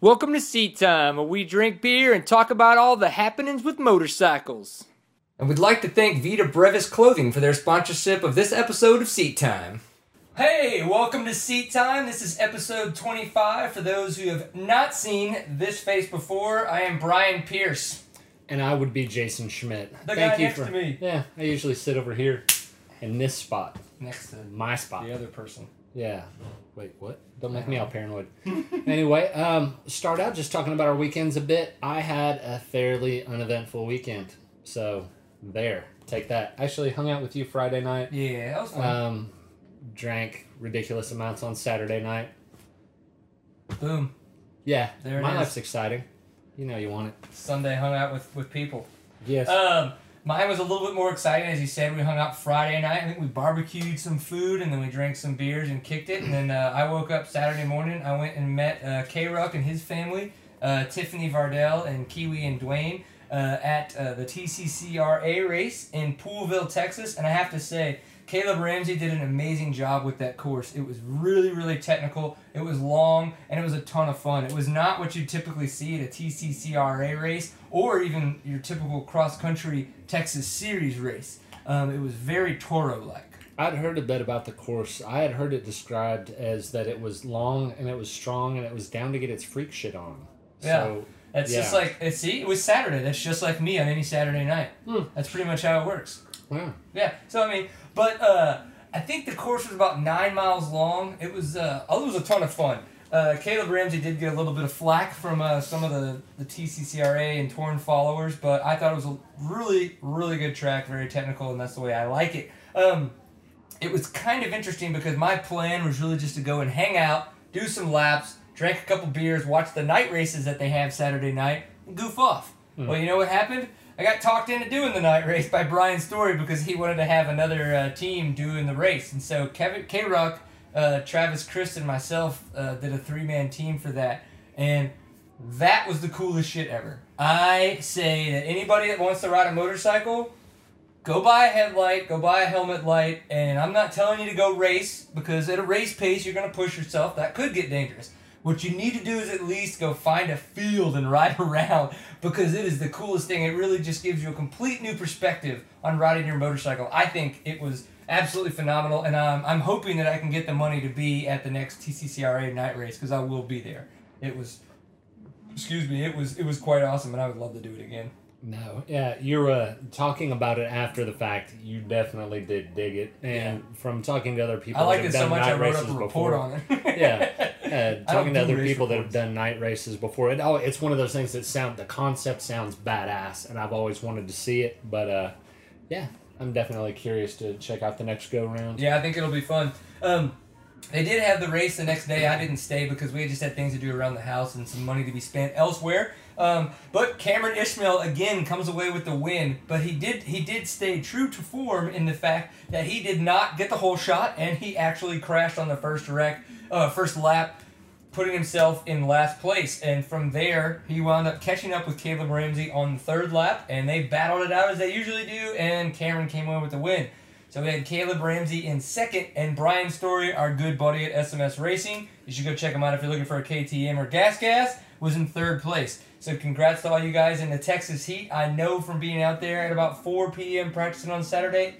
Welcome to Seat Time, where we drink beer and talk about all the happenings with motorcycles. And we'd like to thank Vita Brevis Clothing for their sponsorship of this episode of Seat Time. Hey, welcome to Seat Time. This is episode 25. For those who have not seen this face before, I am Brian Pierce. and I would be Jason Schmidt. The Thank guy you next for to me. Yeah, I usually sit over here in this spot, Next to my spot. the other person. Yeah. Wait, what? Don't make Uh-huh. me all paranoid. anyway, um, start out just talking about our weekends a bit. I had a fairly uneventful weekend, so there, take that. Actually, hung out with you Friday night. Yeah, that was fun. Um, drank ridiculous amounts on Saturday night. Boom. Yeah, There it my is. life's exciting. You know you want it. Sunday hung out with, with people. Yes. Um, mine was a little bit more exciting, as you said. We hung out Friday night. I think we barbecued some food, and then we drank some beers and kicked it. And then uh, I woke up Saturday morning. I went and met uh, K Rock and his family, uh, Tiffany Vardell and Kiwi and Dwayne uh, at uh, the TCCRA race in Poolville, Texas. And I have to say. Caleb Ramsey did an amazing job with that course. It was really, really technical. It was long, and it was a ton of fun. It was not what you typically see at a TCCRA race or even your typical cross-country Texas Series race. Um, it was very Toro-like. I'd heard a bit about the course. I had heard it described as that it was long and it was strong and it was down to get its freak shit on. So, That's just Yeah. like it. See, it was Saturday. That's just like me on any Saturday night. That's pretty much how it works. yeah. Yeah. So I mean, but uh, I think the course was about nine miles long. It was uh, oh, it was a ton of fun. Uh, Caleb Ramsey did get a little bit of flack from uh, some of the, the TCCRA and Torn followers, but I thought it was a really, really good track, very technical, and that's the way I like it. Um, it was kind of interesting because my plan was really just to go and hang out, do some laps, drink a couple beers, watch the night races that they have Saturday night, and goof off. Well, you know what happened? I got talked into doing the night race by Brian Story because he wanted to have another uh, team doing the race, and so Kevin K Rock, uh, Travis, Chris, and myself uh, did a three man team for that, and that was the coolest shit ever. I say that anybody that wants to ride a motorcycle go buy a headlight, go buy a helmet light, and I'm not telling you to go race because at a race pace you're gonna push yourself. That could get dangerous. What you need to do is at least go find a field and ride around because it is the coolest thing. It really just gives you a complete new perspective on riding your motorcycle. I think it was absolutely phenomenal, and um, I'm hoping that I can get the money to be at the next TCCRA night race because I will be there. It was, excuse me, it was it was quite awesome, and I would love to do it again. No. Yeah, you were uh, talking about it after the fact. You definitely did dig it. And from talking to other people I like it that have so done much night I wrote up races a report before. on it. yeah. Uh, I talking don't do to other race people that have reports. done night races before. It, oh, it's one of those things that sound the concept sounds badass, and I've always wanted to see it. But uh, yeah, I'm definitely curious to check out the next go round. Yeah, I think it'll be fun. Um, they did have the race the next day. I didn't stay because we just had things to do around the house and some money to be spent elsewhere. Um, but Cameron Ishmael again comes away with the win. But he did he did stay true to form in the fact that he did not get the whole shot and he actually crashed on the first wreck, uh, first lap putting himself in last place. And from there, he wound up catching up with Caleb Ramsey on the third lap, and they battled it out as they usually do, and Cameron came away with the win. So we had Caleb Ramsey in second, and Brian Story, our good buddy at SMS Racing. You should go check him out if you're looking for a KTM or Gas Gas, was in third place. So congrats to all you guys in the Texas heat. I know from being out there at about 4 p.m. practicing on Saturday,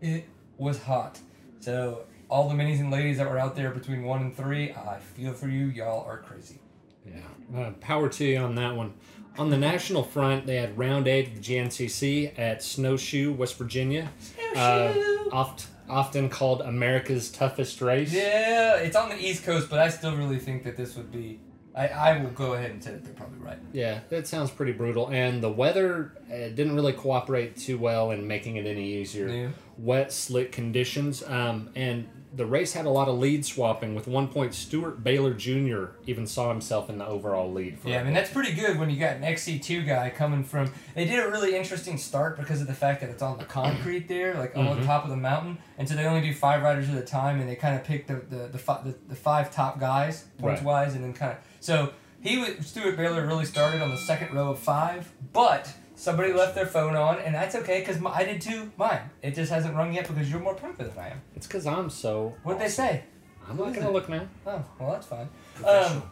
it was hot. So all the minis and ladies that were out there between one and three, I feel for you. Y'all are crazy. Yeah, uh, power to you on that one. On the national front, they had round eight of the GNCC at Snowshoe, West Virginia. Uh, Snowshoe. oft, often called America's toughest race. Yeah, it's on the East Coast, but I still really think that this would be. I, I will go ahead and say that they're probably right. Yeah, that sounds pretty brutal. And the weather uh, didn't really cooperate too well in making it any easier. Yeah. Wet, slick conditions. Um, and the race had a lot of lead swapping. With one point, Stuart Baylor Jr. even saw himself in the overall lead. For Yeah, I mean that's pretty good when you got an XC2 guy coming from. They did a really interesting start because of the fact that it's on the concrete there, like on the top of the mountain, and so they only do five riders at a time, and they kind of pick the the the, fi- the, the five top guys points wise, and then kind of so he was Stuart Baylor really started on the second row of five, but somebody left their phone on, and that's okay because I did too. Mine it just hasn't rung yet because you're more prolific than I am. it's because I'm so. What'd they say? I'm not What is gonna it? look now. Oh well, that's fine. Um,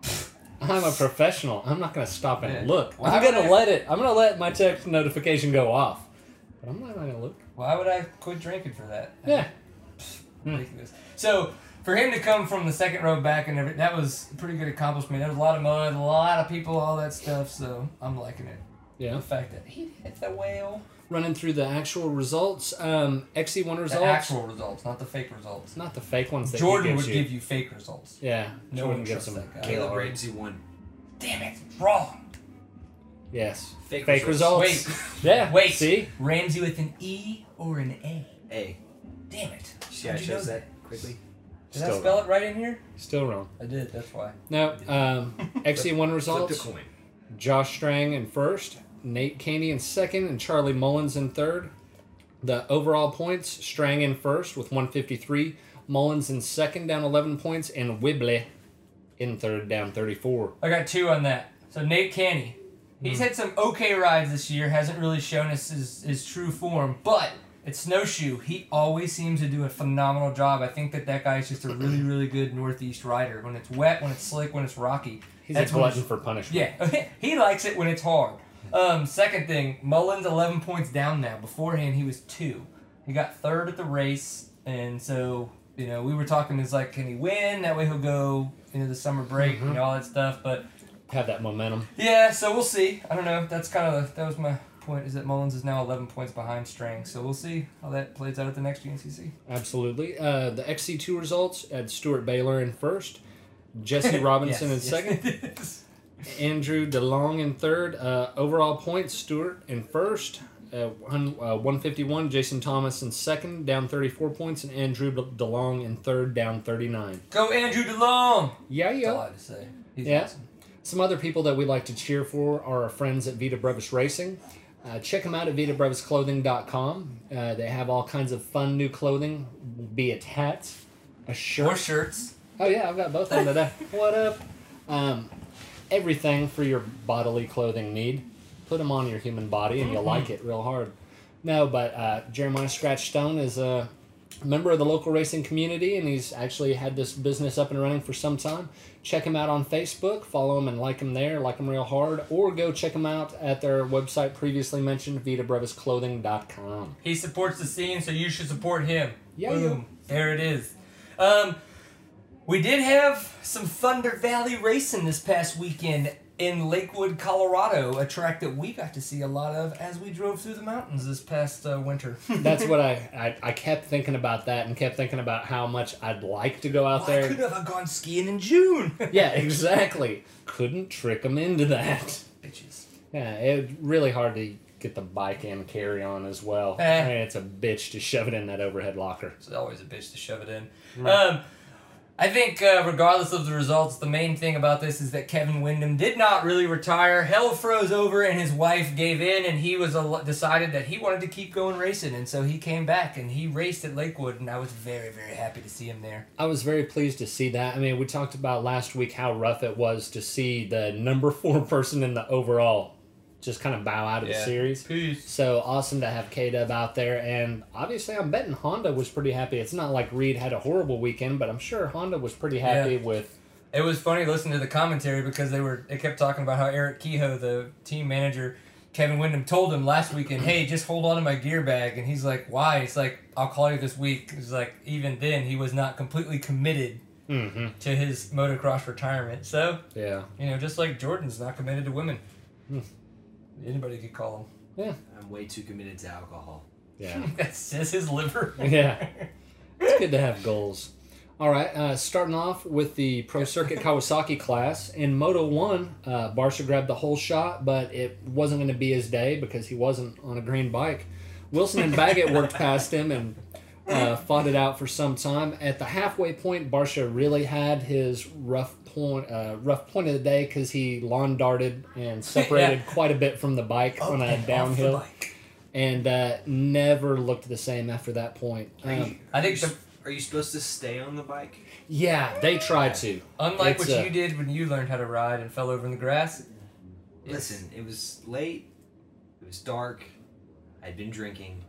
Professional. I'm a professional. I'm not gonna stop and Yeah. look. Why I'm would gonna I- let it. I'm gonna let my text notification go off. But I'm not gonna look. Why would I quit drinking for that? Yeah. Hmm. Ridiculous. So for him to come from the second row back and everything, that was a pretty good accomplishment. There was a lot of mud, a lot of people, all that stuff. So I'm liking it. Yeah. The fact that he hit the whale. Running through the actual results. Um, XC1 The results. actual results, not the fake results. not the fake ones that Jordan he would gives you. give you fake results. Yeah. No Jordan one gives trusts them. that guy. Caleb Caleb Uh, Ramsey won. Damn it! Wrong. Yes. Fake Fake results. results. Wait. Yeah. Wait. See. Ramsey with an E or an A? Hey, Damn it! see how How'd it you know shows that quickly? Did I Still spell it right in here? Still wrong. I did. That's why. No. Um, XC1 Flip the results. coin. Josh Strang in first, Nate Caney in second, and Charlie Mullins in third. The overall points Strang in first with 153, Mullins in second down 11 points, and Wibley in third down 34. I got two on that. So Nate Canny, he's Hmm. had some okay rides this year. Hasn't really shown us his, his true form, but at snowshoe, he always seems to do a phenomenal job. I think that that guy is just a really really good northeast rider. When it's wet, when it's slick, when it's rocky, He's that's a when glutton it's- for punishment. Yeah, he likes it when it's hard. Um, second thing, Mullins eleven points down now. Beforehand, he was two. He got third at the race, and so you know we were talking. It's like, can he win? That way he'll go into the summer break Mm-hmm. and all that stuff. But Have that momentum. yeah, so we'll see. I don't know. That's kind of that was my point. Is that Mullins is now 11 points behind Strang, so we'll see how that plays out at the next UNCC. Absolutely. Uh, the XC2 results had Stuart Baylor in first, Jesse Robinson Yes, in second, yes, it is. Andrew DeLong in third. Uh, overall points, Stewart in first. Uh, one, uh, 151, Jason Thomas in second, down 34 points, and Andrew De- DeLong in third, down 39. Go Andrew DeLong. Yeah, That's all I yeah. have to say. He's Yeah. awesome. Some other people that we like to cheer for are our friends at Vita Brevis Racing. Uh, check them out at vitabrevisclothing.com. Uh, they have all kinds of fun new clothing, be it hats, a shirt, More shirts. Oh yeah, I've got both on today. what up? Um, everything for your bodily clothing need. Put them on your human body, and you'll like it real hard. No, but uh, Jeremiah Scratch Stone is a member of the local racing community, and he's actually had this business up and running for some time. Check him out on Facebook. Follow him and like him there. Like him real hard, or go check him out at their website previously mentioned, VitaBrevisClothing.com. He supports the scene, so you should support him. Yeah, Boom. There it is. Um, we did have some Thunder Valley racing this past weekend in Lakewood, Colorado, a track that we got to see a lot of as we drove through the mountains this past uh, winter. That's what I, I I kept thinking about that and kept thinking about how much I'd like to go out I could there. have I gone skiing in June. Yeah, exactly. Couldn't trick them into that. Bitches. Yeah, it really hard to get the bike and carry on as well. Eh. I mean, it's a bitch to shove it in that overhead locker. It's always a bitch to shove it in. Um, I think, uh, regardless of the results, the main thing about this is that Kevin Wyndham did not really retire. Hell froze over, and his wife gave in, and he was al- decided that he wanted to keep going racing, and so he came back and he raced at Lakewood, and I was very, very happy to see him there. I was very pleased to see that. I mean, we talked about last week how rough it was to see the number four person in the overall just kind of bow out of the Yeah. series. Peace. So awesome to have K Dub out there, and obviously I'm betting Honda was pretty happy. It's not like Reed had a horrible weekend, but I'm sure Honda was pretty happy Yeah. with. It was funny listening to the commentary because they were they kept talking about how Eric Kehoe, the team manager, Kevin Wyndham told him last weekend, "Hey, just hold on to my gear bag," and he's like, "Why?" It's like, "I'll call you this week." It's like even then he was not completely committed Mm-hmm. to his motocross retirement. So Yeah, you know, just like Jordan's not committed to women, Hmm. anybody could call I'm way too committed to alcohol. yeah, him. That says his liver. yeah. It's good to have goals. All right, uh, starting off with the Pro Circuit Kawasaki class in Moto One, uh, Barsha grabbed the whole shot, but it wasn't going to be his day because he wasn't on a green bike. Wilson and Baggett worked past him and uh, fought it out for some time. At the halfway point, Barsha really had his rough point, uh, rough point of the day because he lawn darted and separated quite a bit from the bike Up on a and off the downhill, bike. and uh, never looked the same after that point. Um, I think Are you, the- are you supposed to stay on the bike? yeah, they tried to. Unlike It's, what uh, you did when you learned how to ride and fell over in the grass. Listen, it was late. It was dark. I'd been drinking.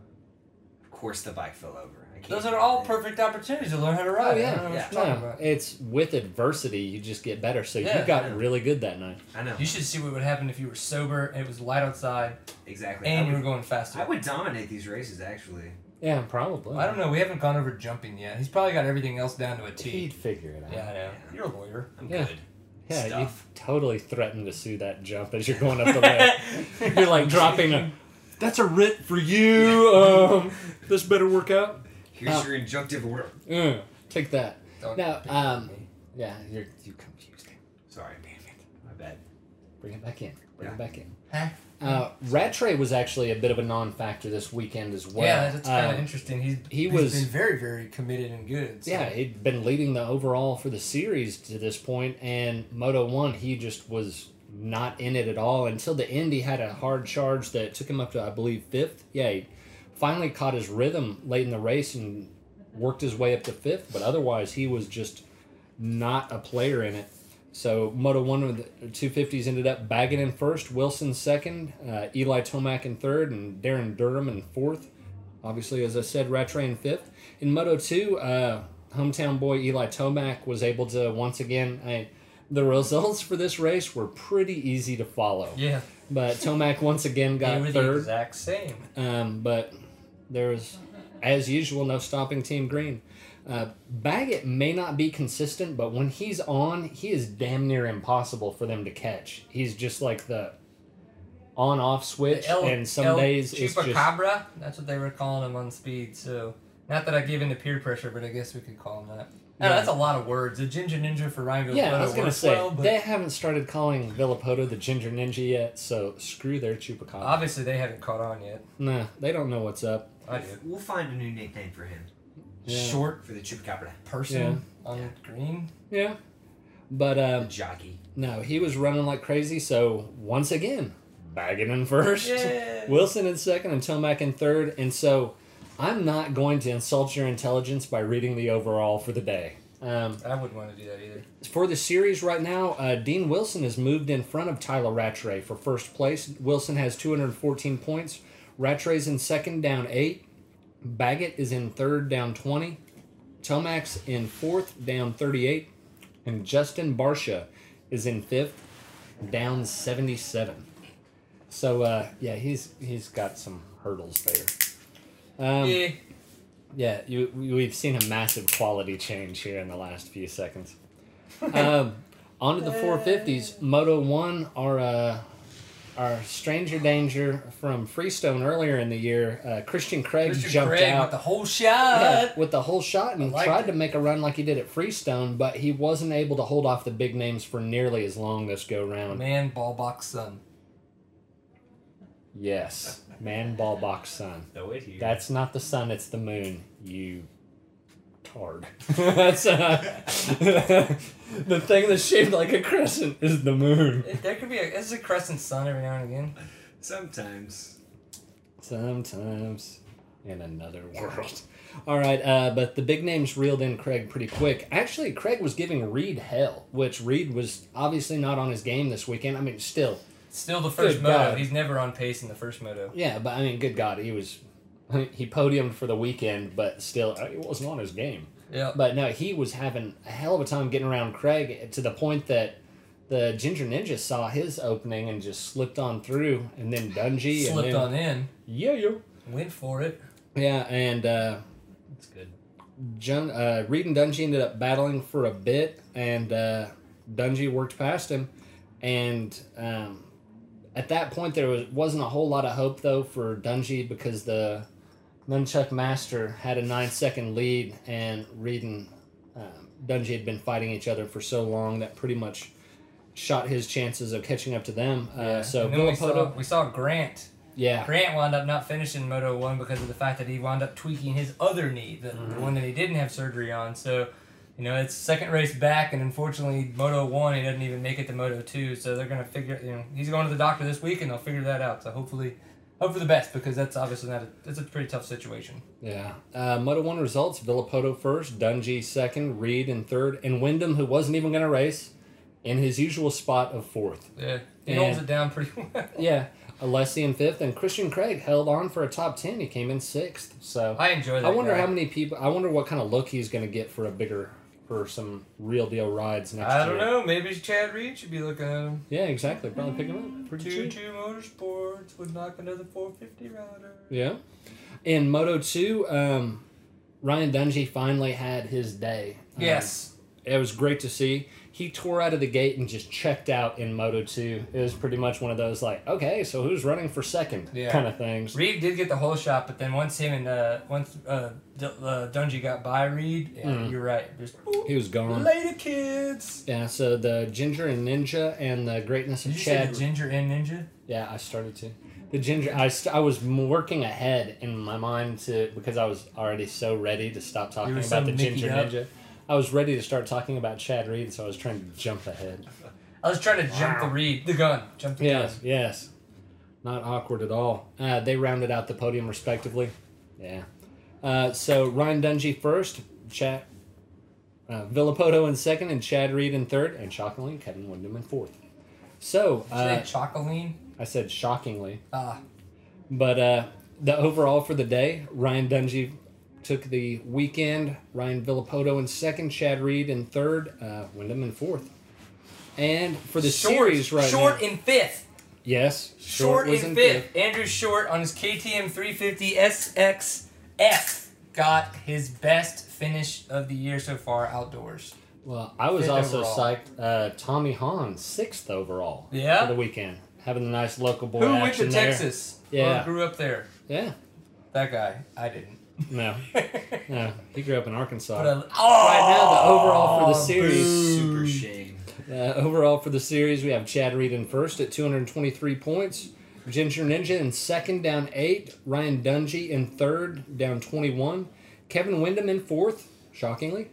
Of course, the bike fell over. I can't Those are all think. perfect opportunities to learn how to ride. Oh, yeah. I don't know what Yeah. you're talking No, about. it's with adversity you just get better. So Yeah, you got yeah. really good that night. I know. You should see what would happen if you were sober and it was light outside Exactly. and I, you were would, going faster. I would dominate these races, actually. Yeah, probably. I don't know. We haven't gone over jumping yet. He's probably got everything else down to a T. He'd figure it out. Yeah, I know. Yeah. You're a lawyer. I'm Yeah. good. Yeah, you Stuff. totally threatened to sue that jump as you're going up the ledge. you're like dropping a. That's a writ for you. Um, this better work out. Here's Uh, Um, your injunctive order. Uh, take that. Don't No, pick um, me. yeah, you're you confused. it. Sorry, Damn it. my bad. Bring it back in. Bring Yeah. it back in. Huh? Uh, Rat Trey was actually a bit of a non-factor this weekend as well. yeah, that's kind of Um, interesting. He's he he's was- been very very committed and good. so- Yeah, he'd been leading the overall for the series to this point, and Moto One, he just was not in it at all until the end. He had a hard charge that took him up to, I believe, fifth. Yeah, he finally caught his rhythm late in the race and worked his way up to fifth, but otherwise, he was just not a player in it. So Moto One with the 250s ended up bagging in first, Wilson second, uh, Eli Tomac in third, and Darren Durham in fourth. Obviously, as I said, Rattray in fifth. In Moto 2, uh, hometown boy Eli Tomac was able to once again. I, the results for this race were pretty easy to follow. Yeah. But Tomac once again They got were the third. exact same. Um, but there was, as usual, no stopping Team Green. Uh, Baggett may not be consistent, but when he's on, he is damn near impossible for them to catch. He's just like the on off switch, The El- and some El days it's just. Chupacabra. That's what they were calling him on speed. So not that I gave in to peer pressure, but I guess we could call him that. No, Yeah. that's a lot of words. A ginger ninja for Ryan Villalobos Yeah, I was gonna works say well, but they haven't started calling Villapoto the Ginger Ninja yet, so screw their chupacabra. obviously they haven't caught on yet. nah, they don't know what's up. I do. We'll find a new nickname for him. Yeah. Short For the chupacabra. person Yeah. on green. Yeah, but The um, jockey. no, he was running like crazy. So once again, bagging in first, Yay. Wilson in second, and Tomac in third. And so, I'm not going to insult your intelligence by reading the overall for the day. Um, I wouldn't want to do that either. for the series right now, uh, Dean Wilson has moved in front of Tyler Rattray for first place. Wilson has 214 points. Rattray's in second, down eight. Baggett is in third, down 20. Tomac's in fourth, down 38. And Justin Barsha is in fifth, down 77. So uh, yeah, he's he's got some hurdles there. Um, yeah. yeah, you, we've seen a massive quality change here in the last few seconds. Um, on to the Uh. 450s. Moto 1, our, uh, our stranger danger from Freestone earlier in the year, uh, Christian Craig Christian jumped Craig out with the whole shot. yeah, with the whole shot and I liked tried it. to make a run like he did at Freestone, but he wasn't able to hold off the big names for nearly as long this go round. Man, ball box son. Yes, man, ball box son. No wait here. That's not the sun, it's the moon, you tard. That's uh, the thing that's shaped like a crescent is the moon. It- There could be a. It's a crescent sun every now and again. Sometimes. Sometimes in another world. All right, uh, but the big names reeled in Craig pretty quick. Actually, Craig was giving Reed hell, which Reed was obviously not on his game this weekend. I mean, still, Still the first Good moto. God. He's never on pace in the first moto. yeah, but I mean, good God, he was. He podiumed for the weekend, but still, uh, he wasn't on his game. Yeah. But no, he was having a hell of a time getting around Craig to the point that the Ginger Ninja saw his opening and just slipped on through, and then Dungy Slipped and then, on in. Yeah, yo. Went for it. Yeah, and uh, That's good. Jun, uh, Reed and Dungy ended up battling for a bit, and uh, Dungy worked past him. And um, at that point, there was, wasn't a whole lot of hope, though, for Dungy because the Nunchuck Master had a nine second lead, and Reed and um, Dungy had been fighting each other for so long that pretty much shot his chances of catching up to them. Uh, so, And then we saw, Villapoto, we saw Grant. yeah, Grant wound up not finishing Moto 1 because of the fact that he wound up tweaking his other knee, the, Mm-hmm. the one that he didn't have surgery on. So, you know, it's second race back, and unfortunately, Moto 1, he doesn't even make it to Moto 2. So they're going to figure, you know, he's going to the doctor this week, and they'll figure that out. So hopefully, hope for the best because that's obviously not a, that's a pretty tough situation. Yeah. Uh, Moto 1 results Villapoto first, Dungy second, Reed in third, and Wyndham, who wasn't even going to race, in his usual spot of fourth. Yeah. He Yeah. holds it down pretty well. Yeah. Alessi in fifth, and Christian Craig held on for a top ten. He came in sixth. So I enjoy that. I wonder guy. how many people. I wonder what kind of look he's going to get for a bigger, for some real deal rides next I don't year. know. Maybe Chad Reed should be looking at him. Yeah, exactly. Probably pick him up pretty Two cheap. two motorsports would knock another 450 router. Yeah. In Moto Two, um, Ryan Dungey finally had his day. Um, Yes. it was great to see. He tore out of the gate and just checked out in Moto Two. It was pretty much one of those like, okay, so who's running for second Yeah. kind of things. Reed did get the whole shot, but then once him and uh, once uh, D- uh, Dungy got by Reed, yeah, Mm. you're right. Just "Ooh, He was gone. later, kids. Yeah, so the Ginger and Ninja and the greatness Did of you say Chad. the ginger and ninja? yeah, I started to. The Ginger, I, st- I was m- working ahead in my mind to because I was already so ready to stop talking were about so the Ginger Mickey'd up. Ninja. I was ready to start talking about Chad Reed, so I was trying to jump ahead. I was trying to jump the Reed, the gun, jump the Yes, yes. Not awkward at all. Uh, they rounded out the podium respectively. Yeah. Uh, so Ryan Dungey first, Chad uh, Villapoto in second, and Chad Reed in third, and shockingly, Kevin Wyndham in fourth. So gun. uh, Did you say Chocoline? I said shockingly, Ah, but uh, the overall for the day, Ryan Dungey took the weekend. Ryan Villapoto in second, Chad Reed in third, uh, Wyndham in fourth. And for the short, series right short now, in fifth. yes, Short, was in fifth. Andrew Short on his KTM 350 SXF got his best finish of the year so far outdoors. Well, I was Fifth also overall. psyched. Uh, Tommy Hahn, sixth overall. Yeah? For the weekend, having a nice local boy Who went action to there. Texas? Yeah. Or Oh, grew up there. Yeah. That guy. I didn't. No. but No. He grew up in Arkansas. I, oh, uh, right now, the overall for the series. Mm. Super shame. Uh, overall for the series, we have Chad Reed in first at 223 points. Ginger Ninja in second, down eight. Ryan Dungey in third, down 21. Kevin Wyndham in fourth, shockingly,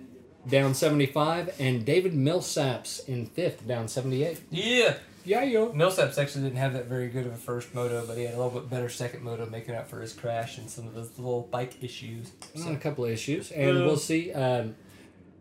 down 75. And David Millsaps in fifth, down 78. Yeah. Yeah, yo. Millsaps actually didn't have that very good of a first moto, but he had a little bit better second moto, making up for his crash and some of his little bike issues. So a couple of issues, and Yeah. we'll see. Um,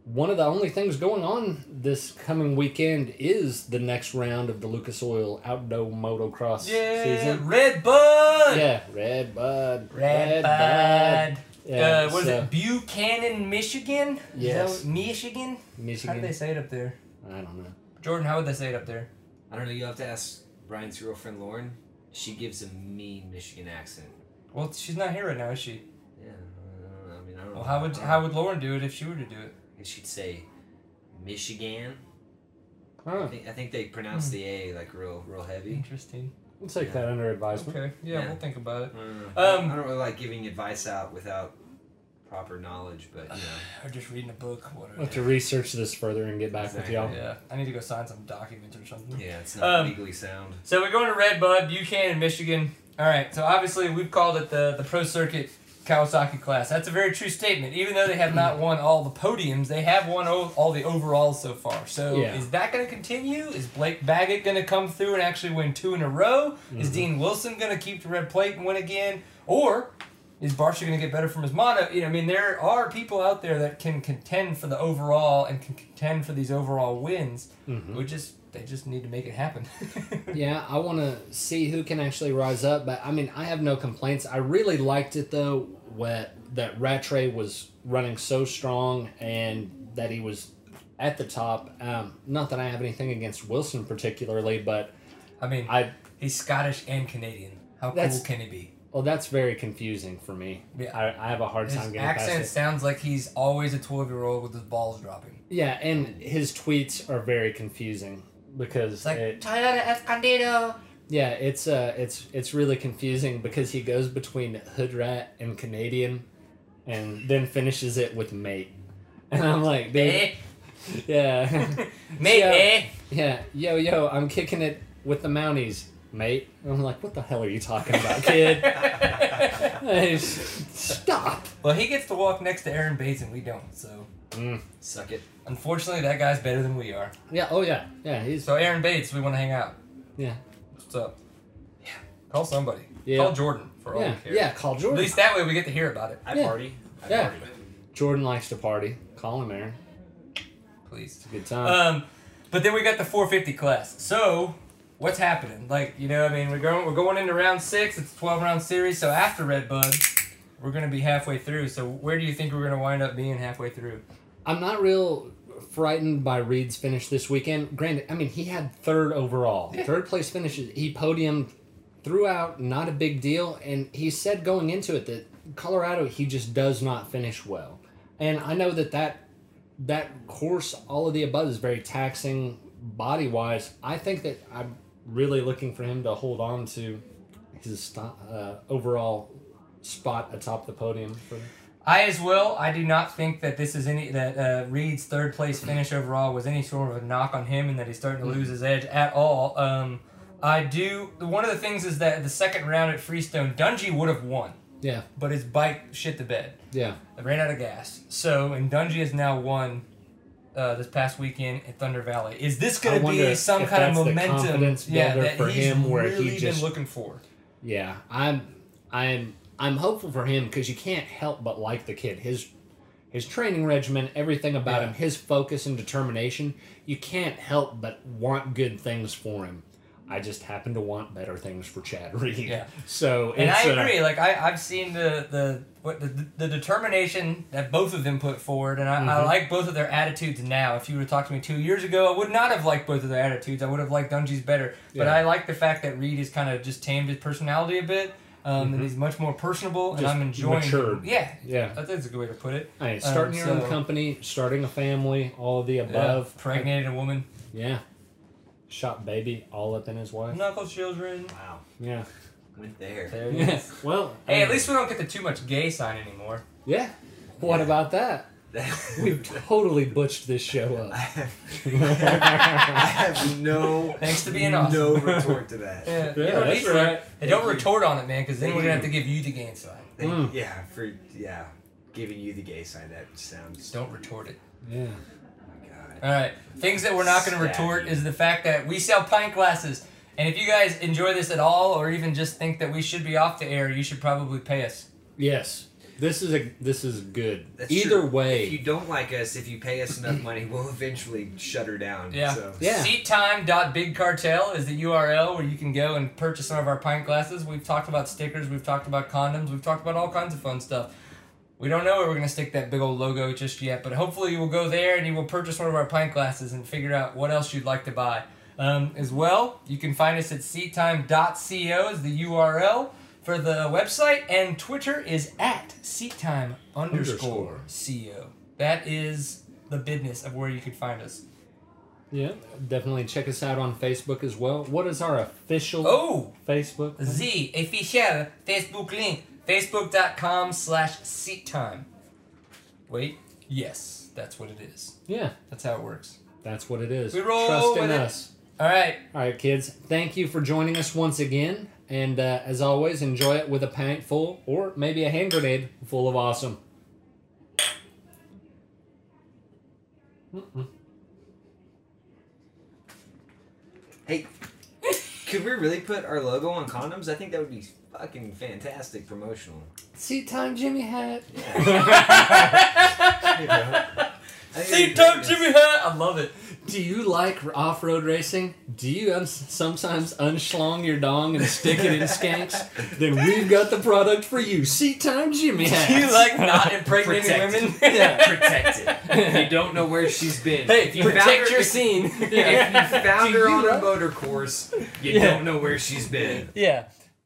one of the only things going on this coming weekend is the next round of the Lucas Oil Outdoor Motocross Yeah. season. Red Bud. Yeah, Red Bud. Red, Bud. Yeah, uh, what is so, it? Buchanan, Michigan. Is that Yes. what- Michigan. How do Michigan. they say it up there? I don't know. Jordan, how would they say it up there? I don't know. You will have to ask Brian's girlfriend Lauren. She gives a mean Michigan accent. Well, she's not here right now, is she? Yeah. I don't know, I mean, I don't know. Well, how would how would Lauren do it if she were to do it? And she'd say Michigan. I Huh. think, I think they pronounce Hmm. the A like real real heavy. Interesting. We'll take that under advisement. Okay. Yeah, Yeah. we'll think about it. I don't, know. Um, I don't really like giving advice out without proper knowledge, but you know. Or just reading a book. We'll Whatever. have to research this further and get back Exactly. with y'all. Yeah, I need to go sign some documents or something. Yeah, it's not Um, legally sound. So we're going to Red Bud, Buchanan, Michigan. All right. So obviously we've called it the the pro circuit Kawasaki class. That's a very true statement. Even though they have not won all the podiums, they have won o- all the overalls so far. So Yeah. is that going to continue? Is Blake Baggett going to come through and actually win two in a row? Is Dean Wilson going to keep the red plate and win again? Or is Barcia going to get better from his mono? You know, I mean, there are people out there that can contend for the overall and can contend for these overall wins. Mm-hmm. We just they just need to make it happen. Yeah, I want to see who can actually rise up, but I mean, I have no complaints. I really liked it though, what that Rattray was running so strong and that he was at the top. Um, not that I have anything against Wilson particularly, but I mean, I he's Scottish and Canadian. How That's- cool can he be? well, that's very confusing for me. Yeah. I, I have a hard His time getting accent past it. sounds like he's always a twelve-year-old with his balls dropping. Yeah, and his tweets are very confusing because It's like it, Toyota Escondido. Yeah, it's uh, it's it's really confusing because he goes between hood rat and Canadian, and then finishes it with mate, and I'm like, Eh, dude, yeah, mate, Yo, eh. yeah, yo, yo, I'm kicking it with the Mounties, mate. And I'm like, what the hell are you talking about, kid? Hey, s- Stop. well, he gets to walk next to Aaron Bates and we don't. So Suck it. unfortunately, that guy's better than we are. Yeah. Oh yeah. Yeah. He's So Aaron Bates, we want to hang out. yeah. What's up? Yeah. Call somebody. Yeah. Call Jordan for all Yeah. we care. Yeah. Call At Jordan. least that way we get to hear about it. I Yeah. party. I Yeah. party. Jordan likes to party. Call him, Aaron. Please. Good time. Um, but then we got the 450 class. So what's happening? Like, you know, I mean, we're going we're going into round six. It's a twelve round series, so after Red Bud, we're gonna be halfway through. So where do you think we're gonna wind up being halfway through? I'm not real frightened by Reed's finish this weekend. Granted, I mean he had third overall, Yeah. third place finishes. He podiumed throughout, not a big deal. And he said going into it that Colorado he just does not finish well. And I know that that that course, all of the above, is very taxing body wise. I think that I'm really looking for him to hold on to his sto- uh, overall spot atop the podium. For, I as well. I do not think that this is any that uh, Reed's third place finish overall was any sort of a knock on him, and that he's starting to lose his edge at all. Um, I do. One of the things is that the second round at Freestone, Dungy would have won, yeah, but his bike shit the bed. yeah. It ran out of gas. So, and Dungy has now won uh, this past weekend at Thunder Valley. Is this I going to wonder be some if kind of that's the momentum? confidence yeah, builder that for he's him where he really just- been looking for. Yeah, I'm, I'm, I'm hopeful for him because you can't help but like the kid. His, his training regimen, everything about Yeah. him, his focus and determination. You can't help but want good things for him. I just happen to want better things for Chad Reed. Yeah. So And I it's, uh, agree. like I, I've seen the the what the, the determination that both of them put forward, and I, I Mhm. like both of their attitudes now. If you would have talked to me two years ago, I would not have liked both of their attitudes. I would have liked Dungy's better, but Yeah. I like the fact that Reed has kind of just tamed his personality a bit. Um, That he's much more personable, and Mm-hmm. Just I'm enjoying. matured. Yeah, yeah. I think that's a good way to put it. Hey, starting your Um, so- own company, starting a family, all of the above. Yeah, pregnanated a woman, Yeah. Shot baby all up in his wife. knuckle children. Wow. Yeah. Went there. There it Yeah. is. Well. Hey, um, at least we don't get the too much gay sign anymore. Yeah. What about that? We've totally butched this show I up. have, I have no. Thanks to being awesome. No retort to that. Yeah, you Yeah, don't that's need to. right. They don't Thank you. retort on it, man, because then we're gonna have to give you the gain sign. Thank- Mm. Yeah, for yeah, giving you the gay sign. That sounds. Don't retort it. Yeah. Oh my god. All right. Things that we're not gonna Stab retort you. is the fact that we sell pint glasses, and if you guys enjoy this at all, or even just think that we should be off the air, you should probably pay us. Yes. This is a this is good. That's Either true. way. if you don't like us, if you pay us enough money, we'll eventually shut her down. Yeah. So. Yeah. Seattime.bigcartel is the URL where you can go and purchase some of our pint glasses. We've talked about stickers, we've talked about condoms, we've talked about all kinds of fun stuff. We don't know where we're going to stick that big old logo just yet, but hopefully you will go there and you will purchase one of our pint glasses and figure out what else you'd like to buy. Um, as well, you can find us at seattime.co is the URL for the website, and Twitter is at seattime underscore co. That is the business of where you can find us. yeah. Definitely check us out on Facebook as well. What is our official Oh! Facebook? The official Facebook link, facebook.com slash seat time. Wait, yes, that's what it is. Yeah. That's how it works. That's what it is. We roll Trust in with it. us. All right, All right, kids. Thank you for joining us once again. And uh, as always, enjoy it with a pint full or maybe a hand grenade full of awesome. Hey, could we really put our logo on condoms? I think that would be fucking fantastic promotional. Seat time, Jimmy hat. You know? I seat think- time, Jimmy Hat. I love it. Do you like off road racing? Do you uns sometimes unshlong your dong and stick it in skanks? then we've got the product for you. Seat time, Jimmy Do you hat. like not impregnating Protect. women? Yeah, protected. You don't know where she's been. Hey, If you found protect her- your scene. If you found Do her you on a love- motor course, you Yeah. don't know where she's been. yeah.